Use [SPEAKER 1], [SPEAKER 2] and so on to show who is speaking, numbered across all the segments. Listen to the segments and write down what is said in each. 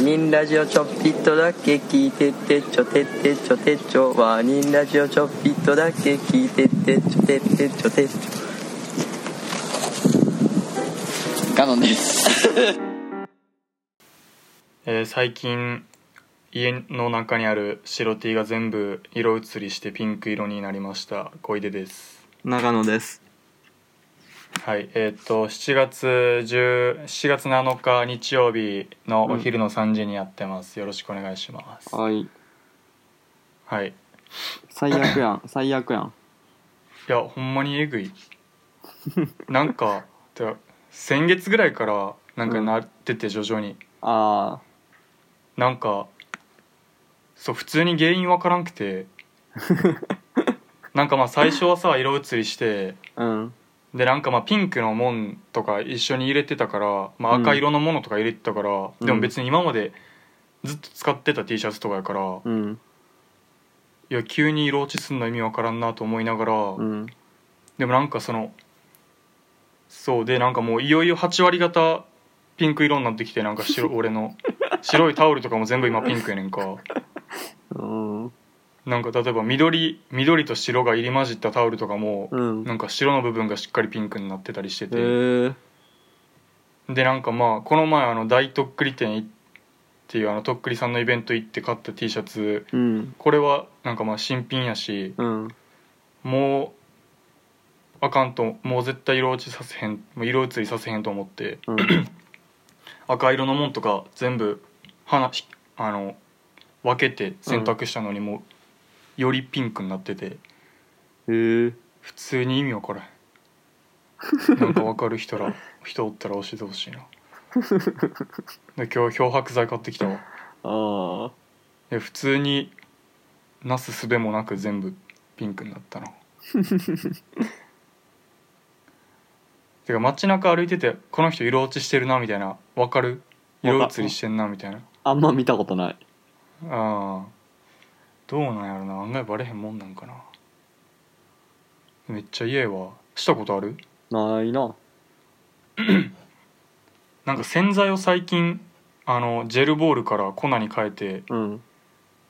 [SPEAKER 1] 人ラジオちょっぴっとだけ聞いてってちょてってちょてちょワーニンラジオちょっぴっとだけ聞いてってちょてってちょてちょ
[SPEAKER 2] ガノンです。
[SPEAKER 3] えー最近家の中にある白 T が全部色移りしてピンク色になりました小出です
[SPEAKER 4] 長野です
[SPEAKER 3] はいえーっと7月17月7日日曜日のお昼の3時にやってます、よろしくお願いします
[SPEAKER 4] はい
[SPEAKER 3] はいい
[SPEAKER 4] 最悪 やん最悪やん
[SPEAKER 3] やほんまにえぐいなんかてか先月ぐらいからなんかなってて徐々に、
[SPEAKER 4] あ
[SPEAKER 3] なんかそう普通に原因わからんく てなんかまあ最初はさ色移りして
[SPEAKER 4] あうん
[SPEAKER 3] でなんかまあピンクのもんとか一緒に入れてたから、まあ、
[SPEAKER 4] うん
[SPEAKER 3] 赤色のものとか入れてたから、
[SPEAKER 4] うん
[SPEAKER 3] でも別に今までずっと使ってた T シャツとかやから、い
[SPEAKER 4] うん
[SPEAKER 3] や急に色落ちすんの意味わからんなと思いながら、
[SPEAKER 4] うん
[SPEAKER 3] でもなんかそのそうでなんかもういよいよ8割方ピンク色になってきてなんか 白俺の白いタオルとかも全部今ピンクやねんか
[SPEAKER 4] うん
[SPEAKER 3] なんか例えば緑緑と白が入り混じったタオルとかも、
[SPEAKER 4] うん
[SPEAKER 3] なんか白の部分がしっかりピンクになってたりして
[SPEAKER 4] え
[SPEAKER 3] て。
[SPEAKER 4] ー、
[SPEAKER 3] でなんかまあこの前あの大とっくり店っていうあのとっくりさんのイベント行って買った T シャツ
[SPEAKER 4] うん
[SPEAKER 3] これはなんかまあ新品やし
[SPEAKER 4] うん
[SPEAKER 3] もうあかんともう絶対色落ちさせへんもう色移りさせへんと思って
[SPEAKER 4] うん
[SPEAKER 3] 赤色のもんとか全部花ひあの分けて洗濯したのにもうよりピンクになってて
[SPEAKER 4] えー、
[SPEAKER 3] 普通に意味わからへんなんかわかる人ら人おったら教えてほしいなで今日漂白剤買ってきたわ
[SPEAKER 4] ああ
[SPEAKER 3] え普通になすすべもなく全部ピンクになったなてか街中歩いててこの人色落ちしてるなみたいなわかる色移りしてんなみたいな
[SPEAKER 4] あんま見たことない
[SPEAKER 3] ああどうなんやろな案外バレへんもんなんかなめっちゃ嫌やわしたことある
[SPEAKER 4] ないな
[SPEAKER 3] なんか洗剤を最近あのジェルボールから粉に変えて
[SPEAKER 4] うん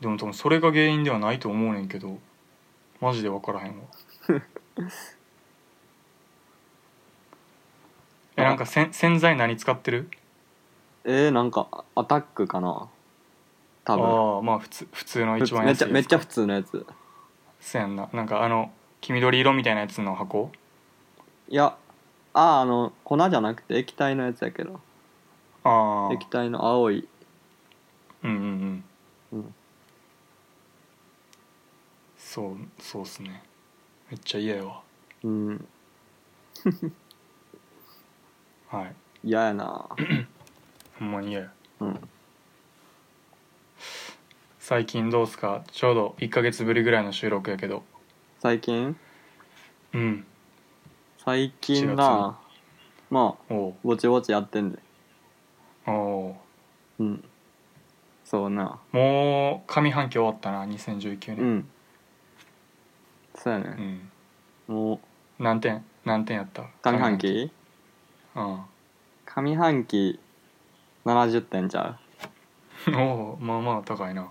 [SPEAKER 3] でも多分それが原因ではないと思うねんけどマジで分からへん わえなんかせん洗剤何使ってる
[SPEAKER 4] えー、なんかアタックか
[SPEAKER 3] あ
[SPEAKER 4] な多分
[SPEAKER 3] あまあ普通普通の
[SPEAKER 4] 普
[SPEAKER 3] 一
[SPEAKER 4] 通
[SPEAKER 3] 番
[SPEAKER 4] めっ
[SPEAKER 3] 安
[SPEAKER 4] ち
[SPEAKER 3] い
[SPEAKER 4] ゃめっちゃ普通のやつ
[SPEAKER 3] そうやんななんかあの黄緑色みたいなやつの箱
[SPEAKER 4] いやあーあの粉じゃなくて液体のやつやけど
[SPEAKER 3] ああ
[SPEAKER 4] 液体の青い
[SPEAKER 3] うんうんうん、
[SPEAKER 4] うん
[SPEAKER 3] そうそうっすねめっちゃ嫌やわ
[SPEAKER 4] うん
[SPEAKER 3] はい
[SPEAKER 4] 嫌やな
[SPEAKER 3] ほんまに嫌や
[SPEAKER 4] うん
[SPEAKER 3] 最近どうっすかちょうど1ヶ月ぶりぐらいの収録やけど
[SPEAKER 4] 最近
[SPEAKER 3] うん
[SPEAKER 4] 最近
[SPEAKER 3] 4
[SPEAKER 4] なまあ
[SPEAKER 3] おう
[SPEAKER 4] ぼちぼちやってんで
[SPEAKER 3] おおう
[SPEAKER 4] うんそうな
[SPEAKER 3] もう上半期終わったな2019
[SPEAKER 4] う
[SPEAKER 3] 年
[SPEAKER 4] んそうや
[SPEAKER 3] うん、
[SPEAKER 4] ねもう
[SPEAKER 3] 何点何点やった
[SPEAKER 4] 上半期
[SPEAKER 3] 上
[SPEAKER 4] 上半期70点ちゃ
[SPEAKER 3] 半期うんおおまあまあ高い な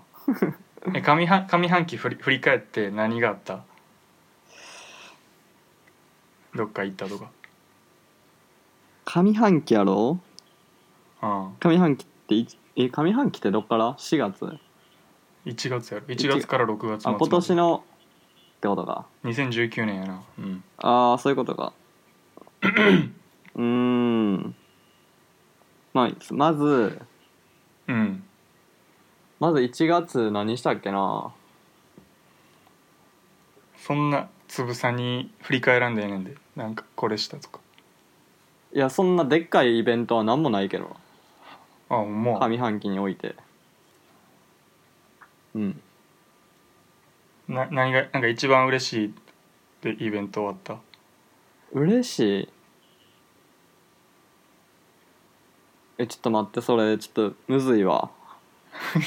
[SPEAKER 3] え上半上半期振り振り返って何があったどっか行ったとか
[SPEAKER 4] う上半期やろ
[SPEAKER 3] うん
[SPEAKER 4] 上半期っていえ上半期ってどっから4月
[SPEAKER 3] 1月やろ1月から6月末
[SPEAKER 4] あ
[SPEAKER 3] まで
[SPEAKER 4] 今年のってことか
[SPEAKER 3] 2019年やなうん
[SPEAKER 4] ああそういうことかうーんまあまず
[SPEAKER 3] うん
[SPEAKER 4] まず1月何したっけな
[SPEAKER 3] そんなつぶさに振り返らんでええねんでなんかこれしたとか
[SPEAKER 4] いやそんなでっかいイベントは何もないけど
[SPEAKER 3] あほんま
[SPEAKER 4] 上半期においてうん
[SPEAKER 3] な何がなんか一番嬉しいでイベント終わった
[SPEAKER 4] 嬉しいえちょっと待ってそれちょっとむずいわ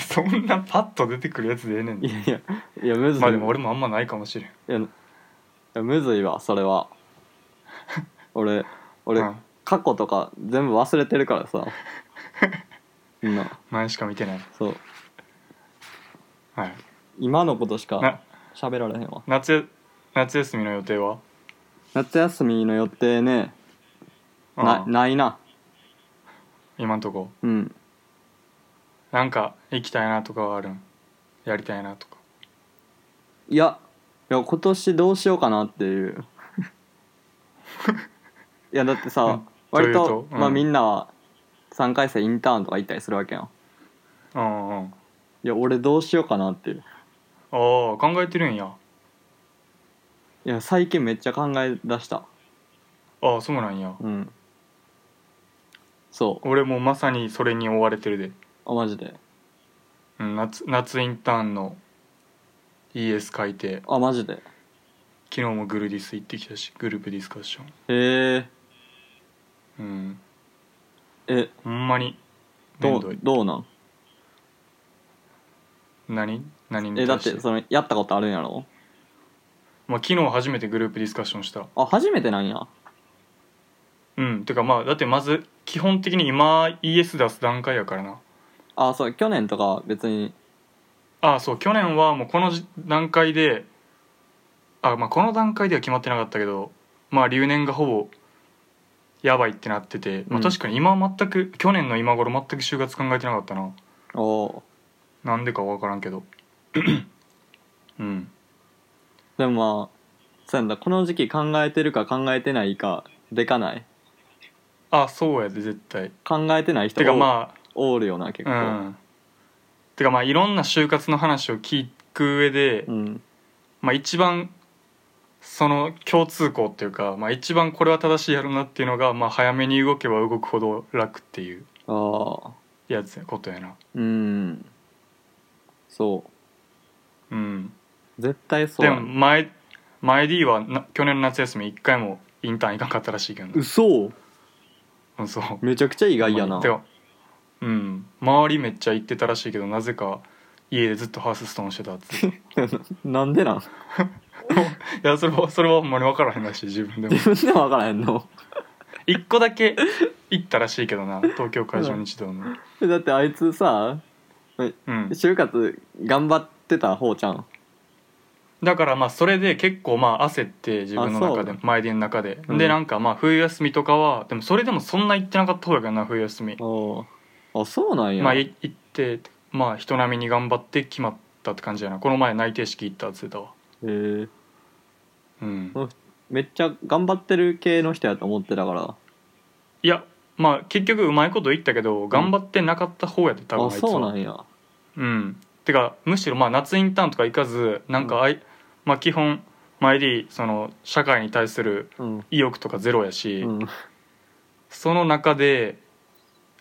[SPEAKER 3] そんなパッと出てくるやつでええねん
[SPEAKER 4] い
[SPEAKER 3] で
[SPEAKER 4] やいやいやむずい
[SPEAKER 3] まあでも俺もあんまないかもしれん
[SPEAKER 4] いやいやむずいわそれは 俺俺、
[SPEAKER 3] うん
[SPEAKER 4] 過去とか全部忘れてるからさみんな
[SPEAKER 3] 前しか見てない
[SPEAKER 4] そう
[SPEAKER 3] はい
[SPEAKER 4] 今のことし
[SPEAKER 3] な
[SPEAKER 4] か喋られへんわ
[SPEAKER 3] 夏や夏休みの予定は
[SPEAKER 4] 夏休みの予定ねな
[SPEAKER 3] うん
[SPEAKER 4] ないな
[SPEAKER 3] 今んとこ
[SPEAKER 4] うん
[SPEAKER 3] なんか行きたいなとかはあるんやりたいなとか
[SPEAKER 4] いやいや今年どうしようかなっていう いやだって
[SPEAKER 3] う
[SPEAKER 4] さ
[SPEAKER 3] ん
[SPEAKER 4] 割と
[SPEAKER 3] というとうん
[SPEAKER 4] まあ、みんなは3回生インターンとか行ったりするわけよ
[SPEAKER 3] うんうんうん
[SPEAKER 4] いや俺どうしようかなっていう
[SPEAKER 3] ああ考えてるんや
[SPEAKER 4] いや最近めっちゃ考え出した
[SPEAKER 3] ああそうなんや
[SPEAKER 4] うんそう
[SPEAKER 3] 俺もまさにそれに追われてるで、
[SPEAKER 4] あマジで
[SPEAKER 3] うん、夏夏インターンの ES 書いて
[SPEAKER 4] あマジで
[SPEAKER 3] 昨日もグルディス行ってきたしグループディスカッション
[SPEAKER 4] へ
[SPEAKER 3] うん
[SPEAKER 4] ええ
[SPEAKER 3] ほんまにめ
[SPEAKER 4] ど
[SPEAKER 3] んど
[SPEAKER 4] う
[SPEAKER 3] い
[SPEAKER 4] どうなん
[SPEAKER 3] 何何に
[SPEAKER 4] え
[SPEAKER 3] 対
[SPEAKER 4] だっ
[SPEAKER 3] して
[SPEAKER 4] てそのやったことあるんやろ
[SPEAKER 3] まあ、昨日初めてグループディスカッションした
[SPEAKER 4] あ初めてなんや
[SPEAKER 3] うんてかまあだってまず基本的に今 ES 出す段階やからな
[SPEAKER 4] あそう去年とか別に
[SPEAKER 3] ああそう去年はもうこのじ段階であまあこの段階では決まってなかったけどまあ留年がほぼやばいってなってて、まあ、
[SPEAKER 4] うん
[SPEAKER 3] 確かに今は全く去年の今頃全く就活考えてなかったな
[SPEAKER 4] おー
[SPEAKER 3] なんでか分からんけどうん
[SPEAKER 4] でもまあそうやんだこの時期考えてるか考えてないかでかない
[SPEAKER 3] あそうやで絶対
[SPEAKER 4] 考えてない人
[SPEAKER 3] てか
[SPEAKER 4] が
[SPEAKER 3] まあ
[SPEAKER 4] おるよな結構
[SPEAKER 3] うん、てかまあいろんな就活の話を聞く上で、
[SPEAKER 4] うん
[SPEAKER 3] まあ一番その共通項っていうか、まあ、一番これは正しいやろなっていうのが、まあ、早めに動けば動くほど楽っていう
[SPEAKER 4] ああ
[SPEAKER 3] やつやことやな
[SPEAKER 4] うんそ
[SPEAKER 3] うん
[SPEAKER 4] う絶対そう
[SPEAKER 3] で
[SPEAKER 4] や
[SPEAKER 3] も
[SPEAKER 4] ん
[SPEAKER 3] 前前 D はな去年の夏休み一回もインターン行かんかったらしいけどな
[SPEAKER 4] 嘘
[SPEAKER 3] うんそう
[SPEAKER 4] めちゃくちゃ意外やな
[SPEAKER 3] てかうん周りめっちゃ行ってたらしいけどなぜか家でずっとハースストーンしてたっ つってい
[SPEAKER 4] なんでなん
[SPEAKER 3] やそれはそれはほんまに分からへんらしい自分でも
[SPEAKER 4] 自分でも分からへんの
[SPEAKER 3] 一個だけ行ったらしいけどな東京海上日動の
[SPEAKER 4] だってあいつさ
[SPEAKER 3] うん
[SPEAKER 4] 就活頑張ってた方ちゃん
[SPEAKER 3] だからまあそれで結構まあ焦って自分の中
[SPEAKER 4] あ
[SPEAKER 3] で
[SPEAKER 4] そ
[SPEAKER 3] 前での中で、
[SPEAKER 4] うん
[SPEAKER 3] でなんかまあ冬休みとかはでもそれでもそんな行ってなかった方やからな冬休み
[SPEAKER 4] おーあそうなんや、
[SPEAKER 3] まあい行ってまあ人並みに頑張って決まったって感じやなこの前内定式行ったっつってたわ
[SPEAKER 4] えー
[SPEAKER 3] うん
[SPEAKER 4] めっちゃ頑張ってる系の人やと思ってたから
[SPEAKER 3] いやまあ結局うまいこと言ったけど頑張ってなかった方やで多分
[SPEAKER 4] あ
[SPEAKER 3] あいつ
[SPEAKER 4] そうな
[SPEAKER 3] は
[SPEAKER 4] んや
[SPEAKER 3] うんてかむしろまあ夏インターンとか行かずなんかあい、まあ基本前でその社会に対する
[SPEAKER 4] うん、
[SPEAKER 3] 意欲とかゼロやし、
[SPEAKER 4] うん、
[SPEAKER 3] その中で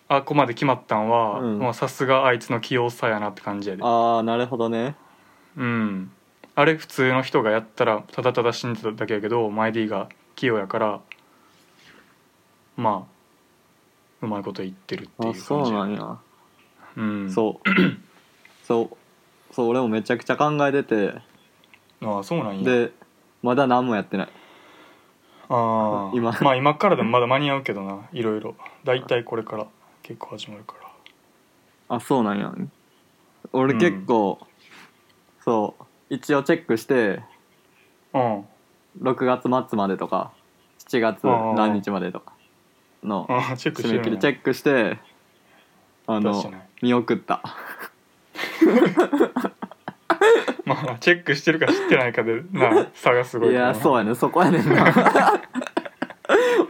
[SPEAKER 3] あここまで決まったんは
[SPEAKER 4] うん
[SPEAKER 3] まあさすがあいつの器用さやなって感じやで
[SPEAKER 4] ああなるほどね
[SPEAKER 3] うんあれ普通の人がやったらただただ死んでただけやけどマイディが器用やからまあうまいこと言ってるってい
[SPEAKER 4] あ
[SPEAKER 3] う感
[SPEAKER 4] そ
[SPEAKER 3] じ
[SPEAKER 4] うな
[SPEAKER 3] や
[SPEAKER 4] んや、
[SPEAKER 3] うん
[SPEAKER 4] そう そうそう俺もめちゃくちゃ考えてて
[SPEAKER 3] ああそうなんや
[SPEAKER 4] でまだ何もやってない
[SPEAKER 3] ああ
[SPEAKER 4] 今
[SPEAKER 3] まあ今からでもまだ間に合うけどないろいろ大体これから結構始まるから
[SPEAKER 4] あそうなんや俺結構、そう一応チェックして
[SPEAKER 3] うんうん
[SPEAKER 4] 6月末までとか7月何日までとかの
[SPEAKER 3] チェックして
[SPEAKER 4] 締め切
[SPEAKER 3] る
[SPEAKER 4] りチェックしてあ
[SPEAKER 3] 出して
[SPEAKER 4] の
[SPEAKER 3] ない
[SPEAKER 4] 見送った
[SPEAKER 3] まあチェックしてるか知ってないかで な差がす
[SPEAKER 4] い
[SPEAKER 3] ごいから
[SPEAKER 4] や
[SPEAKER 3] な
[SPEAKER 4] そうやねんそこやねん な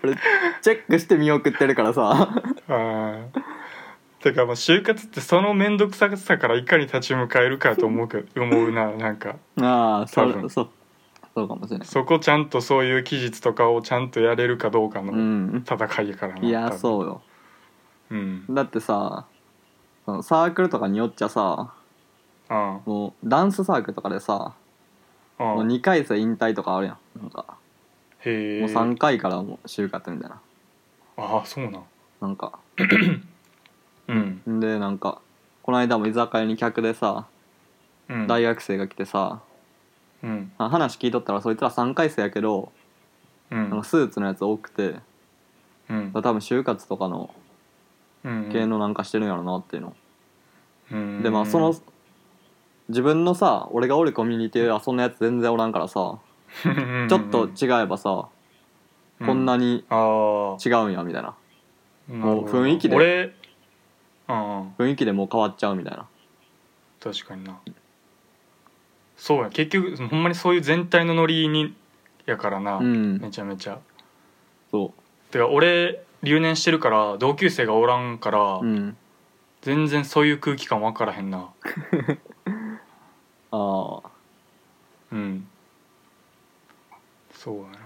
[SPEAKER 4] 俺チェックして見送ってるからさ
[SPEAKER 3] ああてかまあ就活ってその面倒くささからいかに立ち向かえるかと思うけ ど思うななんか
[SPEAKER 4] ああそ
[SPEAKER 3] 多分
[SPEAKER 4] うそうそうかもしれない
[SPEAKER 3] そこちゃんとそういう期日とかをちゃんとやれるかどうか
[SPEAKER 4] う
[SPEAKER 3] の
[SPEAKER 4] ん
[SPEAKER 3] 戦いやからな、
[SPEAKER 4] いや
[SPEAKER 3] 多分
[SPEAKER 4] そうよ
[SPEAKER 3] うん
[SPEAKER 4] だってさそのサークルとかによっちゃさ
[SPEAKER 3] あ
[SPEAKER 4] もうダンスサークルとかでさ
[SPEAKER 3] ああ
[SPEAKER 4] もう
[SPEAKER 3] あ
[SPEAKER 4] 2回生引退とかあるやんなんか
[SPEAKER 3] へ
[SPEAKER 4] もう3
[SPEAKER 3] え
[SPEAKER 4] 回からもう就活みたいな
[SPEAKER 3] ああそうなん
[SPEAKER 4] なんか
[SPEAKER 3] うん
[SPEAKER 4] でなんかこの間も居酒屋に客でさ
[SPEAKER 3] うん
[SPEAKER 4] 大学生が来てさ、
[SPEAKER 3] うん
[SPEAKER 4] あ話聞いとったらそいつら3回生やけど、
[SPEAKER 3] う
[SPEAKER 4] なん
[SPEAKER 3] ん
[SPEAKER 4] かスーツのやつ多くて
[SPEAKER 3] うん
[SPEAKER 4] 多分就活とかの
[SPEAKER 3] うん
[SPEAKER 4] 系のなんかしてるんやろなっていうの、
[SPEAKER 3] うん
[SPEAKER 4] でまあその自分のさ俺がおるコミュニティはそんなやつ全然おらんからさちょっと違えばさ、こんな
[SPEAKER 3] に
[SPEAKER 4] に
[SPEAKER 3] あー
[SPEAKER 4] 違うんやみたいな
[SPEAKER 3] なるほど
[SPEAKER 4] 雰囲気で
[SPEAKER 3] 俺ああ
[SPEAKER 4] 雰囲気でもう変わっちゃうみたいな
[SPEAKER 3] 確かになそうや結局ほんまにそういう全体のノリにやからな、
[SPEAKER 4] うん
[SPEAKER 3] めちゃめちゃ
[SPEAKER 4] そ
[SPEAKER 3] てか俺留年してるから同級生がおらんから、
[SPEAKER 4] ううん
[SPEAKER 3] 全然そういう空気感分からへんな
[SPEAKER 4] ああ
[SPEAKER 3] うんそうやな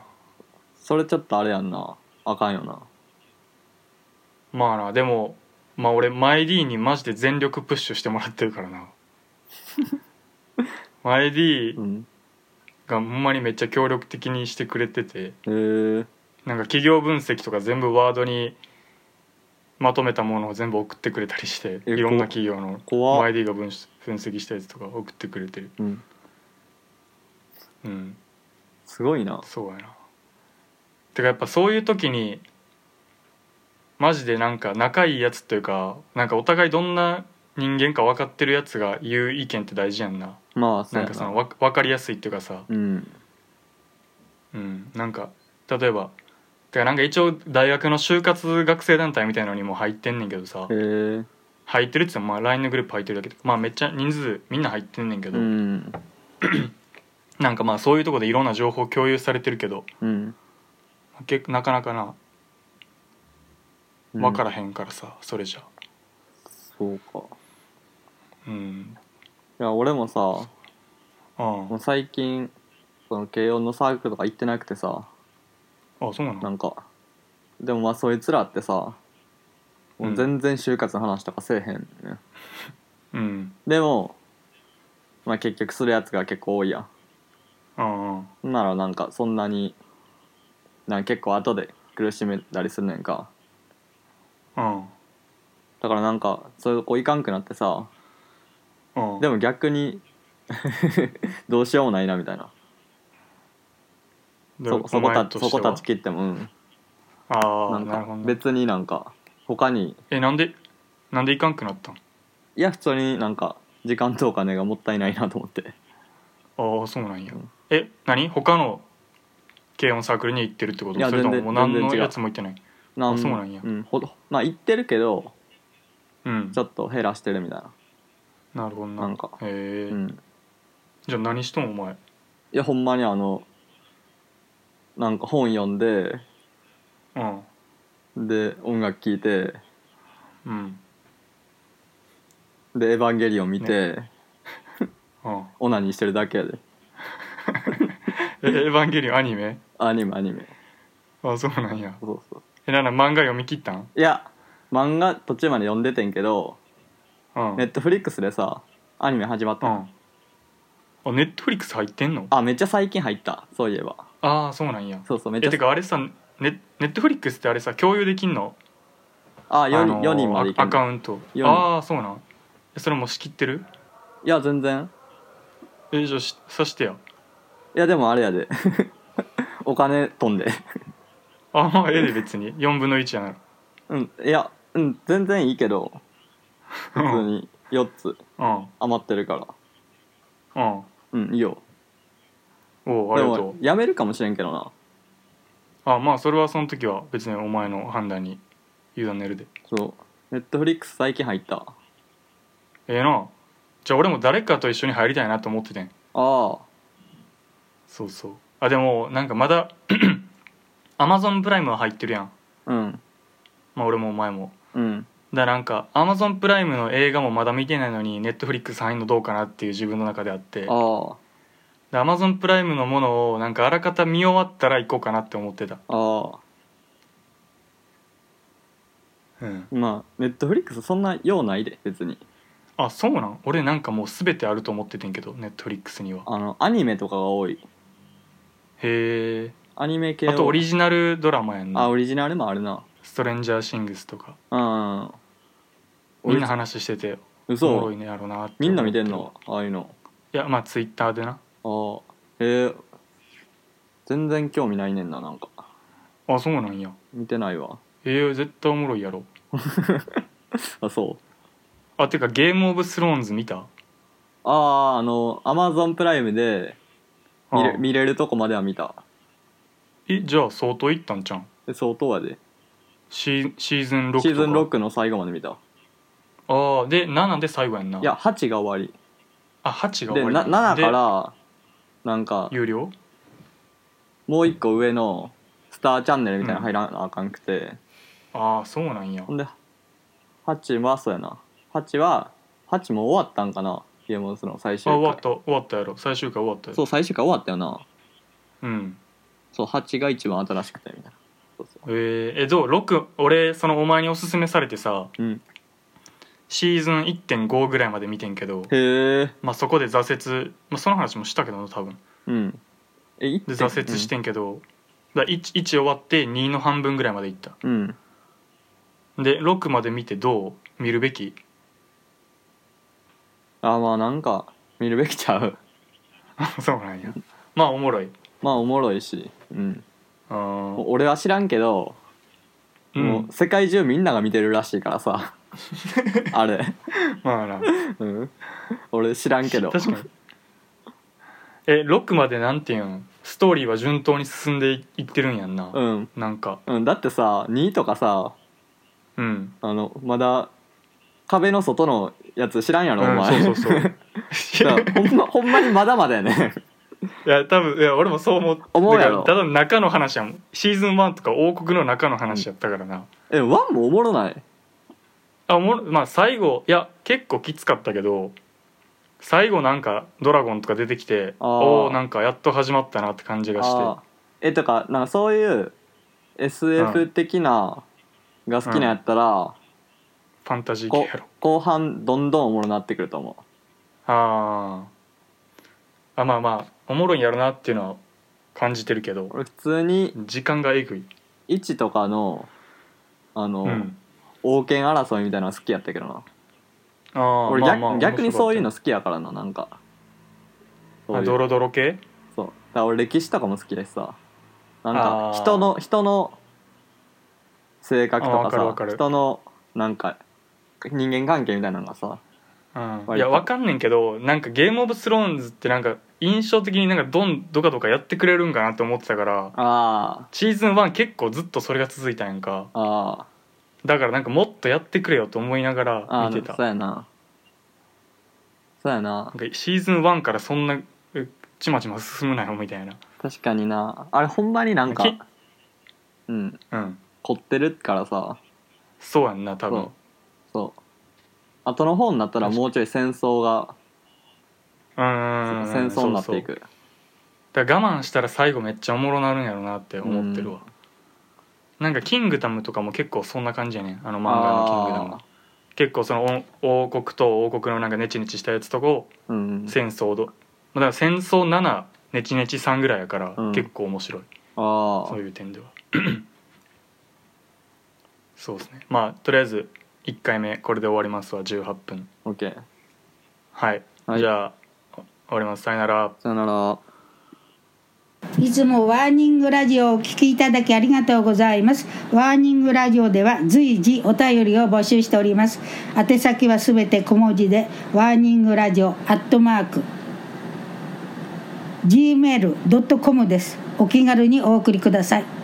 [SPEAKER 4] それちょっとあれやんなあかんよな
[SPEAKER 3] まあなでもまあ俺マイ D にマジで全力プッシュしてもらってるから なマイ D
[SPEAKER 4] うん
[SPEAKER 3] がほんまにめっちゃ協力的にしてくれてて
[SPEAKER 4] へえ
[SPEAKER 3] なんか企業分析とか全部ワードにまとめたものを全部送ってくれたりして
[SPEAKER 4] え
[SPEAKER 3] いろんな企業の
[SPEAKER 4] 怖っ
[SPEAKER 3] YD が分し分析したやつとか送ってくれてる
[SPEAKER 4] うん
[SPEAKER 3] うん
[SPEAKER 4] すごいな
[SPEAKER 3] そうやなてかやっぱそういう時にマジでなんか仲いいやつというかなんかお互いどんな人間か分かってるやつが言う意見って大事やんな
[SPEAKER 4] まあそ
[SPEAKER 3] な
[SPEAKER 4] うや
[SPEAKER 3] ん
[SPEAKER 4] な
[SPEAKER 3] かそのわ分かりやすいっていうかさ
[SPEAKER 4] うん
[SPEAKER 3] うんなんか例えばてかなんか一応大学の就活学生団体みたいのにも入ってんねんけどさ
[SPEAKER 4] へえ
[SPEAKER 3] 入ってるって言ってもまあ LINE のグループ入ってるだけでまあめっちゃ人数みんな入ってんねんけど、
[SPEAKER 4] うん
[SPEAKER 3] なんかまあそういうとこでいろんな情報共有されてるけど
[SPEAKER 4] うん
[SPEAKER 3] 結構なかなかな分からへんからさ、それじゃ
[SPEAKER 4] そうか
[SPEAKER 3] うん
[SPEAKER 4] いや俺もさも
[SPEAKER 3] あ
[SPEAKER 4] う最近その軽音のサークルとか行ってなくてさ
[SPEAKER 3] ああそうなの
[SPEAKER 4] なんかでもまあそいつらってさもう全然就活の話とかせえへん、ね
[SPEAKER 3] うん
[SPEAKER 4] でもまあ結局するやつが結構多いやん
[SPEAKER 3] あ
[SPEAKER 4] ほんならなんかそんなになんか結構後で苦しめたりすんねんか
[SPEAKER 3] ああ
[SPEAKER 4] だからなんかそういうとこ行かんくなってさ
[SPEAKER 3] あ
[SPEAKER 4] で
[SPEAKER 3] も
[SPEAKER 4] も逆に どうしようもないなみたいなそそこたそこ断ち切ってもうん
[SPEAKER 3] あ
[SPEAKER 4] な
[SPEAKER 3] あ
[SPEAKER 4] ん
[SPEAKER 3] なるほ
[SPEAKER 4] か
[SPEAKER 3] どね
[SPEAKER 4] 別になんか他に
[SPEAKER 3] えなんでなんでいかんくなったん
[SPEAKER 4] いや普通になんか時間とお金がもったいないなと思って
[SPEAKER 3] ああそうなんや、
[SPEAKER 4] うん
[SPEAKER 3] え何他の軽音サークルに行ってるってこと
[SPEAKER 4] いや
[SPEAKER 3] それとも
[SPEAKER 4] 全然
[SPEAKER 3] もう何
[SPEAKER 4] 全
[SPEAKER 3] の
[SPEAKER 4] 然違う
[SPEAKER 3] やつも行ってない
[SPEAKER 4] な
[SPEAKER 3] そうなんや
[SPEAKER 4] うん、ほどまあ行ってるけど
[SPEAKER 3] うん
[SPEAKER 4] ちょっと減らしてるみたいな
[SPEAKER 3] なるほどな
[SPEAKER 4] なんか
[SPEAKER 3] へえ
[SPEAKER 4] うん
[SPEAKER 3] じゃあ何しとんお前
[SPEAKER 4] いやほんまにあのなんか本読んで
[SPEAKER 3] うん
[SPEAKER 4] で音楽聴いて
[SPEAKER 3] うん
[SPEAKER 4] で「エヴァンゲリオン」見て、
[SPEAKER 3] うん
[SPEAKER 4] オナニーしてるだけやで
[SPEAKER 3] えエ ヴァンゲリオンアニメ
[SPEAKER 4] アニメアニメ
[SPEAKER 3] あそうなんや
[SPEAKER 4] そうそう
[SPEAKER 3] えなんなん漫画読み切ったん
[SPEAKER 4] いや漫画途中まで読んでてんけど
[SPEAKER 3] うん
[SPEAKER 4] ネットフリックスでさアニメ始まっ
[SPEAKER 3] う
[SPEAKER 4] た
[SPEAKER 3] ん
[SPEAKER 4] の
[SPEAKER 3] あネットフリックス入ってんの
[SPEAKER 4] あめっちゃ最近入ったそういえば
[SPEAKER 3] ああそうなんや
[SPEAKER 4] そうそうめっ
[SPEAKER 3] え
[SPEAKER 4] ち
[SPEAKER 3] て
[SPEAKER 4] ゃ
[SPEAKER 3] かあれさネネットフリックスってあれさ共有できんの
[SPEAKER 4] あ
[SPEAKER 3] あ
[SPEAKER 4] よ
[SPEAKER 3] のー
[SPEAKER 4] 4人までいけ
[SPEAKER 3] ア
[SPEAKER 4] ん
[SPEAKER 3] カ
[SPEAKER 4] の
[SPEAKER 3] ウント
[SPEAKER 4] 四人
[SPEAKER 3] ああそうなんえそれもう仕切ってる
[SPEAKER 4] いや全然
[SPEAKER 3] えじゃあしさしてや
[SPEAKER 4] いやでもあれやで お金飛んで
[SPEAKER 3] あまあ ええで別に4分の1やなら
[SPEAKER 4] うんいやうん全然いいけど
[SPEAKER 3] う
[SPEAKER 4] 普通
[SPEAKER 3] ん
[SPEAKER 4] に4つ
[SPEAKER 3] うん
[SPEAKER 4] 余ってるから
[SPEAKER 3] うん
[SPEAKER 4] うんいいよ
[SPEAKER 3] おうあ
[SPEAKER 4] で
[SPEAKER 3] りがとう
[SPEAKER 4] もやめるかもしれんけどな
[SPEAKER 3] あまあそれはその時は別にお前の判断に委ねるで
[SPEAKER 4] そうネットフリックス最近入った
[SPEAKER 3] ええなじゃあ俺も誰かと一緒に入りたいなと思っててん
[SPEAKER 4] あ
[SPEAKER 3] そうそうあでもなんかまだ アマゾンプライムは入ってるやん
[SPEAKER 4] あうん
[SPEAKER 3] まあ俺もお前も
[SPEAKER 4] うん
[SPEAKER 3] だからなんかアマゾンプライムの映画もまだ見てないのにネットフリックス入んのどうかなっていう自分の中であって
[SPEAKER 4] ああ
[SPEAKER 3] アマゾンプライムのものをなんかあらかた見終わったら行こうかなって思ってた
[SPEAKER 4] あ
[SPEAKER 3] うん
[SPEAKER 4] あまあネットフリックスそんな用ないで別に
[SPEAKER 3] あそうなん俺なんかもう全てあると思っててんけどネットフリックスには
[SPEAKER 4] あのアニメとかが多い
[SPEAKER 3] へえ
[SPEAKER 4] アニメ系
[SPEAKER 3] あ
[SPEAKER 4] は
[SPEAKER 3] とオリジナルドラマやん
[SPEAKER 4] あ
[SPEAKER 3] な
[SPEAKER 4] オリジナルもあるな
[SPEAKER 3] ストレンジャーシングスとか
[SPEAKER 4] うん
[SPEAKER 3] みんな話してておもろ
[SPEAKER 4] 嘘
[SPEAKER 3] いねやろなって思って
[SPEAKER 4] みんな見てんのああいうの
[SPEAKER 3] いやまあツイッターでな
[SPEAKER 4] ああへえ全然興味ないねんななんか
[SPEAKER 3] あそうなんや
[SPEAKER 4] 見てないわ
[SPEAKER 3] ええ絶対おもろいやろ
[SPEAKER 4] あそう
[SPEAKER 3] あてかゲームオブスローンズ見た
[SPEAKER 4] あああのアマゾンプライムで見
[SPEAKER 3] あ
[SPEAKER 4] れ
[SPEAKER 3] あ
[SPEAKER 4] 見れるとこまでは見た
[SPEAKER 3] えじゃあ相当いったんじゃん
[SPEAKER 4] で相当やで
[SPEAKER 3] シーシーズン6とか
[SPEAKER 4] シーズン6の最後まで見た
[SPEAKER 3] ああで7で最後やんない
[SPEAKER 4] や8が終わ
[SPEAKER 3] あ8
[SPEAKER 4] り
[SPEAKER 3] が
[SPEAKER 4] で
[SPEAKER 3] 終わり
[SPEAKER 4] な
[SPEAKER 3] なんだ
[SPEAKER 4] 7か
[SPEAKER 3] で
[SPEAKER 4] らなんか
[SPEAKER 3] 有料
[SPEAKER 4] もう一個上のスターチャンネルみたいなの入らなあかんくて、
[SPEAKER 3] ああそうなんや
[SPEAKER 4] ほんで8はそうやな8は8も終わったんかなゲームオブスローン最終
[SPEAKER 3] あ
[SPEAKER 4] 回
[SPEAKER 3] 終わった終わったやろ最終回終わったやろ
[SPEAKER 4] そう最終回終わったよな
[SPEAKER 3] うん
[SPEAKER 4] そう8が一番新しくてみたいなそうそ
[SPEAKER 3] えー、えどう6俺そのお前におすすめされてさ
[SPEAKER 4] ううん
[SPEAKER 3] シーズン1.5ぐらいまで見てんけど、
[SPEAKER 4] へえ
[SPEAKER 3] まあ、そこで挫折、まあ、その話もしたけどな多分
[SPEAKER 4] うん
[SPEAKER 3] で
[SPEAKER 4] え
[SPEAKER 3] 挫折してんけど、だ 1, 1終わって2の半分ぐらいまでいった
[SPEAKER 4] うん、うん
[SPEAKER 3] で6まで見てどう見るべき
[SPEAKER 4] あまあなんか見るべきちゃう
[SPEAKER 3] そうなんやまあおもろい
[SPEAKER 4] まあおもろいし、うん、
[SPEAKER 3] あー
[SPEAKER 4] 俺は知らんけど、
[SPEAKER 3] う
[SPEAKER 4] も
[SPEAKER 3] ん
[SPEAKER 4] う世界中みんなが見てるらしいからさ あれ、
[SPEAKER 3] まあな
[SPEAKER 4] うん、俺知らんけど
[SPEAKER 3] 確かにえ6までなんていうんストーリーは順当に進んでいいってるんやんな、
[SPEAKER 4] うん、
[SPEAKER 3] なんか
[SPEAKER 4] うん、だってさ2とかさ
[SPEAKER 3] うん
[SPEAKER 4] あのまだ壁の外のやつ知らんやろお
[SPEAKER 3] う
[SPEAKER 4] 前、
[SPEAKER 3] んそうそうそう
[SPEAKER 4] だからほんまほんまにまだまだやね
[SPEAKER 3] いや多分いや俺もそう思う
[SPEAKER 4] 思うやろ
[SPEAKER 3] だからただ中の話やもんシーズン1とか王国の中の話やったからな、
[SPEAKER 4] えワンもおもろない
[SPEAKER 3] あおもろまあ最後いや結構きつかったけど最後なんかドラゴンとか出てきて
[SPEAKER 4] あー
[SPEAKER 3] おおーなんかやっと始まったなって感じがして
[SPEAKER 4] あーえとかなんかそういう SF 的なが好きなんやったら、
[SPEAKER 3] ファンタジー系
[SPEAKER 4] こ
[SPEAKER 3] やろ
[SPEAKER 4] 後半どんどんおもろなってくると思
[SPEAKER 3] あーあまあまあおもろいんやろなっていうのは感じてるけど
[SPEAKER 4] う俺普通に
[SPEAKER 3] 時間がえぐい
[SPEAKER 4] 1とかのあの、
[SPEAKER 3] うん
[SPEAKER 4] 王権争いみたいなの好きやったけどな
[SPEAKER 3] あー
[SPEAKER 4] 俺
[SPEAKER 3] まあ
[SPEAKER 4] 逆,、
[SPEAKER 3] まあ
[SPEAKER 4] 逆にそういうの
[SPEAKER 3] 面
[SPEAKER 4] 好きやからななんかそ
[SPEAKER 3] 白かったあ
[SPEAKER 4] ういう
[SPEAKER 3] ドロドロ系
[SPEAKER 4] そうだから俺歴史とかも好きだしさなん
[SPEAKER 3] あ
[SPEAKER 4] か
[SPEAKER 3] ー
[SPEAKER 4] 人の人の性格と
[SPEAKER 3] あーわかるわ
[SPEAKER 4] か
[SPEAKER 3] か
[SPEAKER 4] さ
[SPEAKER 3] る
[SPEAKER 4] 人のなんか人間関係みたいなのがさ
[SPEAKER 3] うん、い
[SPEAKER 4] 割
[SPEAKER 3] や
[SPEAKER 4] と
[SPEAKER 3] わかんねんけどなんかゲームオブスローンズってなんか印象的になんかどんどかどかやってくれるんかなって思ってたから
[SPEAKER 4] あ
[SPEAKER 3] シーズン1結構ずっとそれが続いたやんか
[SPEAKER 4] ーあ
[SPEAKER 3] だからなんかもっとやってくれよと思いなが
[SPEAKER 4] ーあ
[SPEAKER 3] ら
[SPEAKER 4] ー
[SPEAKER 3] 見てた
[SPEAKER 4] そ
[SPEAKER 3] な
[SPEAKER 4] う
[SPEAKER 3] ん
[SPEAKER 4] やなそうやな
[SPEAKER 3] かシーズン1からそんなえちまちま進むなよみたいな
[SPEAKER 4] 確かになあれほんまになんか
[SPEAKER 3] き
[SPEAKER 4] うん
[SPEAKER 3] うん
[SPEAKER 4] 凝ってるからさ
[SPEAKER 3] そうやんな多分
[SPEAKER 4] そそう後の方になったらもうちょい戦争が
[SPEAKER 3] うーん
[SPEAKER 4] 戦争になってい
[SPEAKER 3] そうそう
[SPEAKER 4] く
[SPEAKER 3] だから我慢したら最後めっちゃおもろなるんやろなって思ってるわなんか「キングダム」とかも結構そんな感じやねあの漫画の「キングダムは
[SPEAKER 4] あ」
[SPEAKER 3] 結構そのお王国と王国のなんかネチネチしたやつとかを
[SPEAKER 4] ーうん
[SPEAKER 3] 戦争ど、まあだから戦争7ネチネチ3ぐらいやから
[SPEAKER 4] うん
[SPEAKER 3] 結構面白い、
[SPEAKER 4] あ
[SPEAKER 3] そう
[SPEAKER 4] あ
[SPEAKER 3] いう点では そうですねまあとりあえず1回目これで終わりますわ18分
[SPEAKER 4] オッケー
[SPEAKER 3] はい、
[SPEAKER 4] はい
[SPEAKER 3] じゃあ終わりますさよなら
[SPEAKER 4] さよなら
[SPEAKER 5] いつもワーニングラジオをお聞きいただきありがとうございます。ワーニングラジオでは随時お便りを募集しております。宛先はすべて小文字で、ワーニングラジオアットマーク、gmail.com です。お気軽にお送りください。